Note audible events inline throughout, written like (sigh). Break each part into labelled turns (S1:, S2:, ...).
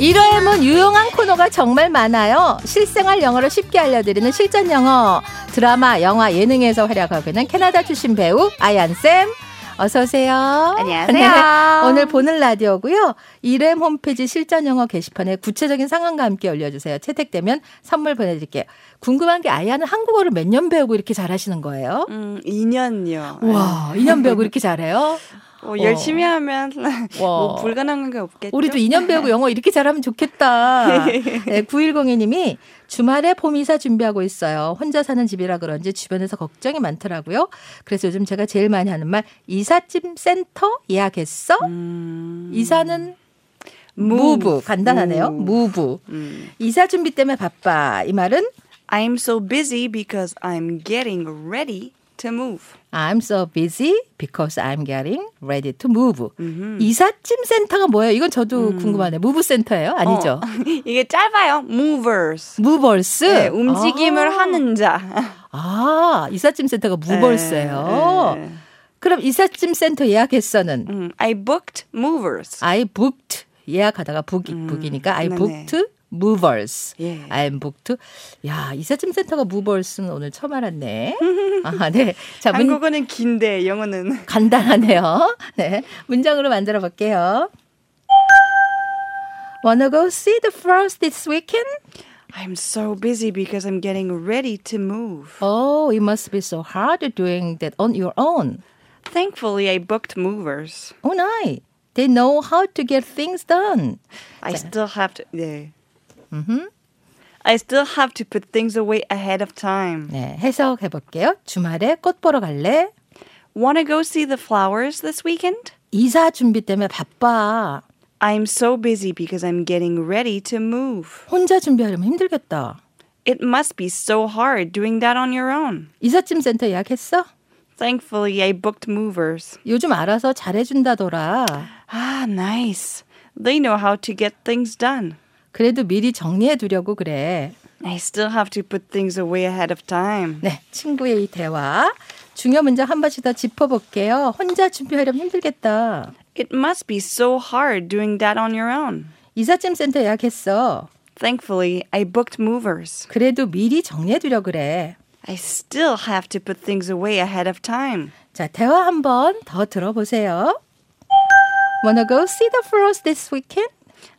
S1: 일화에문 유용한 코너가 정말 많아요. 실생활 영어로 쉽게 알려드리는 실전 영어 드라마, 영화, 예능에서 활약하고 있는 캐나다 출신 배우 아이안 쌤. 어서 오세요. 네,
S2: 안녕하세요.
S1: 오늘 보는 라디오고요. 이램 홈페이지 실전 영어 게시판에 구체적인 상황과 함께 올려주세요. 채택되면 선물 보내드릴게요. 궁금한 게 아이아는 한국어를 몇 년 배우고 이렇게 잘하시는 거예요?
S2: 음, 2년이요.
S1: 와, 2년 배우고 이렇게 잘해요?
S2: 어, 열심히 하면 (laughs) 뭐
S1: 와.
S2: 불가능한 게 없겠죠.
S1: 우리도 2년 배우고 영어 이렇게 잘하면
S2: (laughs)
S1: 좋겠다. 네, 9102님이 주말에 봄이사 준비하고 있어요. 혼자 사는 집이라 그런지 주변에서 걱정이 많더라고요. 그래서 요즘 제가 제일 많이 하는 말 이삿짐 센터 예약했어?
S2: 음,
S1: 이사는
S2: move.
S1: 무브 간단하네요.
S2: move.
S1: 무브.
S2: 음.
S1: 이사 준비 때문에 바빠. 이 말은
S2: I'm so busy because I'm getting ready to move.
S1: I'm so busy because I'm getting ready to move.
S2: 음흠. 음.
S1: 이삿짐 센터가 뭐예요? 이건 저도 궁금하네요. 무브 센터예요? 아니죠?
S2: 어, (laughs) 이게 짧아요. Movers.
S1: 무벌스.
S2: 네, 움직임을
S1: 아.
S2: 하는 자. (laughs)
S1: 아, 이삿짐 센터가 무벌세요.
S2: 네, 네.
S1: 그럼 이삿짐 센터 예약했어는
S2: 음, I booked movers.
S1: I booked 예약하다가 book
S2: 음,
S1: book이니까 I
S2: 네네.
S1: booked movers.
S2: 예.
S1: I'm booked. 야, 이삿짐 센터가 무벌스는 오늘 처음 알았네. 아, 네. 자, 문,
S2: 한국어는 긴데 영어는 (laughs)
S1: 간단하네요. 네. 문장으로 만들어 볼게요. Wanna go see the frost this weekend?
S2: I'm so busy because I'm getting ready to move.
S1: Oh, it must be so hard doing that on your own.
S2: Thankfully, I booked movers.
S1: Oh, nice. They know how to get things done.
S2: I still have to. 네. I still have to put things away ahead of time.
S1: 네, 해석해 볼게요. 주말에 꽃 보러 갈래?
S2: Wanna go see the flowers this weekend?
S1: 이사 준비 때문에 바빠.
S2: I'm so busy because I'm getting ready to move.
S1: 혼자 준비하려면 힘들겠다.
S2: It must be so hard doing that on your own.
S1: 이삿짐 센터 예약했어?
S2: Thankfully, I booked movers.
S1: 요즘 알아서 잘해준다더라.
S2: Ah, nice. They know how to get things done.
S1: 그래도 미리 정리해 두려고 그래.
S2: I still have to put things away ahead of time.
S1: 네, 친구의 이 대화. 중요 문장 한 번씩 더 짚어볼게요. 혼자 준비하려면 힘들겠다.
S2: It must be so hard doing that on your own.
S1: 이삿짐 센터 예약했어.
S2: Thankfully, I booked movers.
S1: 그래도 미리 정리해 두려 그래.
S2: I still have to put things away ahead of time.
S1: 자, 대화 한 번 더 들어보세요. Wanna go see the frost this weekend?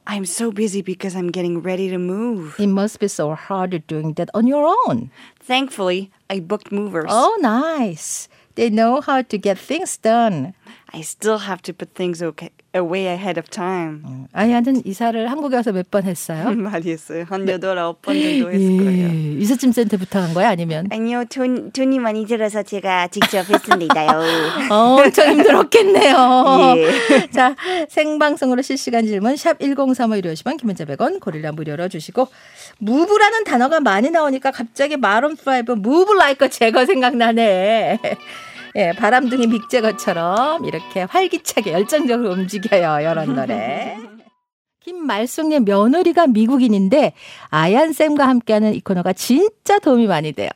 S2: I'm so busy because I'm getting ready to move.
S1: It must be so hard doing that on your own.
S2: Thankfully, I booked movers.
S1: Oh, nice. They know how to get things done.
S2: I still have to put things okay, away ahead of time.
S1: 아이한은 이사를 한국에 와서 몇 번 했어요?
S2: (laughs) 많이 했어요. 한 여덟 아홉 번 정도 했을 거예요.
S1: 이삿짐 센터 부탁한 거야? 아니면?
S2: 아니요, 돈, 돈이 많이 들어서 제가 직접 (laughs) 했습니다요.
S1: 어, 엄청 힘들었겠네요.
S2: 예.
S1: 자, 생방송으로 실시간 질문 샵 1035일 오시면 김현재 100원 고릴라 무료로 주시고 무브라는 단어가 많이 나오니까 갑자기 마론 프라이브 무브 라이커 제거 생각나네. 예, 바람둥이 빅제거처럼 이렇게 활기차게 열정적으로 움직여요. 이런 노래. 김말숙님 며느리가 미국인인데 아얀 쌤과 함께하는 이 코너가 진짜 도움이 많이 돼요.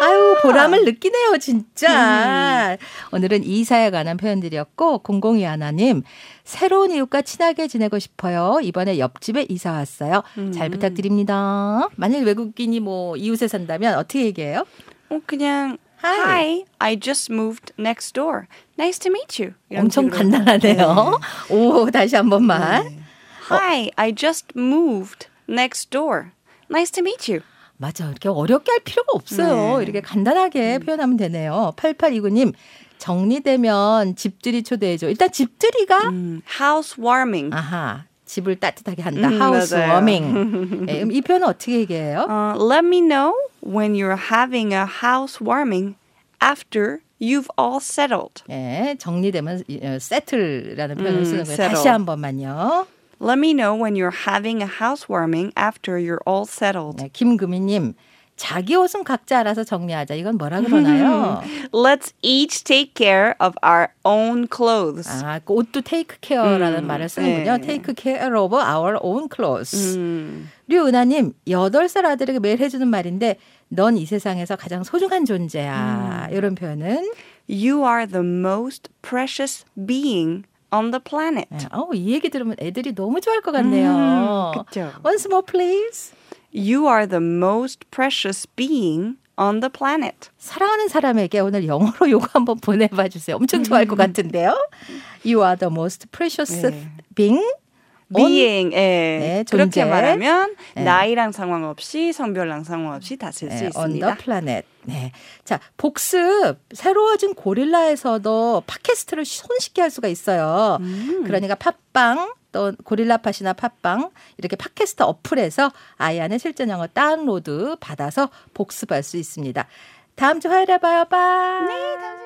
S1: 아유 보람을 느끼네요 진짜.
S2: 음.
S1: 오늘은 이사에 관한 표현들이었고 002 하나님 새로운 이웃과 친하게 지내고 싶어요. 이번에 옆집에 이사 왔어요.
S2: 음.
S1: 잘 부탁드립니다. 만일 외국인이 뭐 이웃에 산다면 어떻게 얘기해요?
S2: 어, 그냥
S1: Hi.
S2: Oh, Hi, I just moved next door. Nice to meet you. 이런
S1: 엄청
S2: 식으로. 네.
S1: 간단하네요. (laughs) 오 다시 한 번만.
S2: Hi, I just moved next door. Nice to meet you.
S1: 맞아. 이렇게 어렵게 할 필요가 없어요.
S2: 네.
S1: 이렇게 간단하게 표현하면 되네요. 8829님, 정리되면 집들이 초대해줘. 일단 집들이가,
S2: Housewarming.
S1: 아하, 집을 따뜻하게 한다.
S2: 음,
S1: 하우스
S2: 맞아요. (laughs)
S1: 워밍. 예, 그럼 이 표현은 어떻게 얘기해요?
S2: Uh, let me know when you're having a housewarming after you've all settled.
S1: 예, 정리되면 세틀라는 표현을
S2: 음,
S1: 쓰는 거예요.
S2: settle.
S1: 다시 한 번만요.
S2: Let me know when you're having a housewarming after you're all settled.
S1: 네, 김금희님, 자기 옷은 각자 알아서 정리하자. 이건 뭐라
S2: (laughs)
S1: 그러나요?
S2: Let's each take care of our own clothes.
S1: 아, 그 옷도 take care라는
S2: 음,
S1: 말을 쓰는군요.
S2: 네.
S1: take care of our own clothes.
S2: 음.
S1: 류은하님, 8살 아들에게 매일 해주는 말인데, 넌 이 세상에서 가장 소중한
S2: 음.
S1: 존재야. 이런 표현은,
S2: You are the most precious being on the planet.
S1: 네. 어우, 이 얘기 들으면 애들이 너무 좋아할 것 같네요.
S2: 음, 그쵸.
S1: Once more, please.
S2: You are the most precious being on the planet.
S1: 사랑하는 사람에게 오늘 영어로 (laughs) 요거 한번 보내봐 주세요. 엄청
S2: 음.
S1: 좋아할 것 같은데요. You are the most precious
S2: 네.
S1: being. on-
S2: being 예.
S1: 네, 존재.
S2: 그렇게 말하면
S1: 네.
S2: 나이랑 상관 없이 성별랑 상관 없이 다 쓸 수
S1: 네, on
S2: 있습니다.
S1: the planet. 네. 자, 복습. 새로워진 고릴라에서도 팟캐스트를 손쉽게 할 수가 있어요.
S2: 음. Mm-hmm.
S1: 그러니까 팟빵, 또 고릴라 팟이나 팟빵, 이렇게 팟캐스트 어플에서 아이안의 실전 영어 다운로드 받아서 복습할 수 있습니다. 다음 주 화요일에 봐요. 빠 네, 다음 주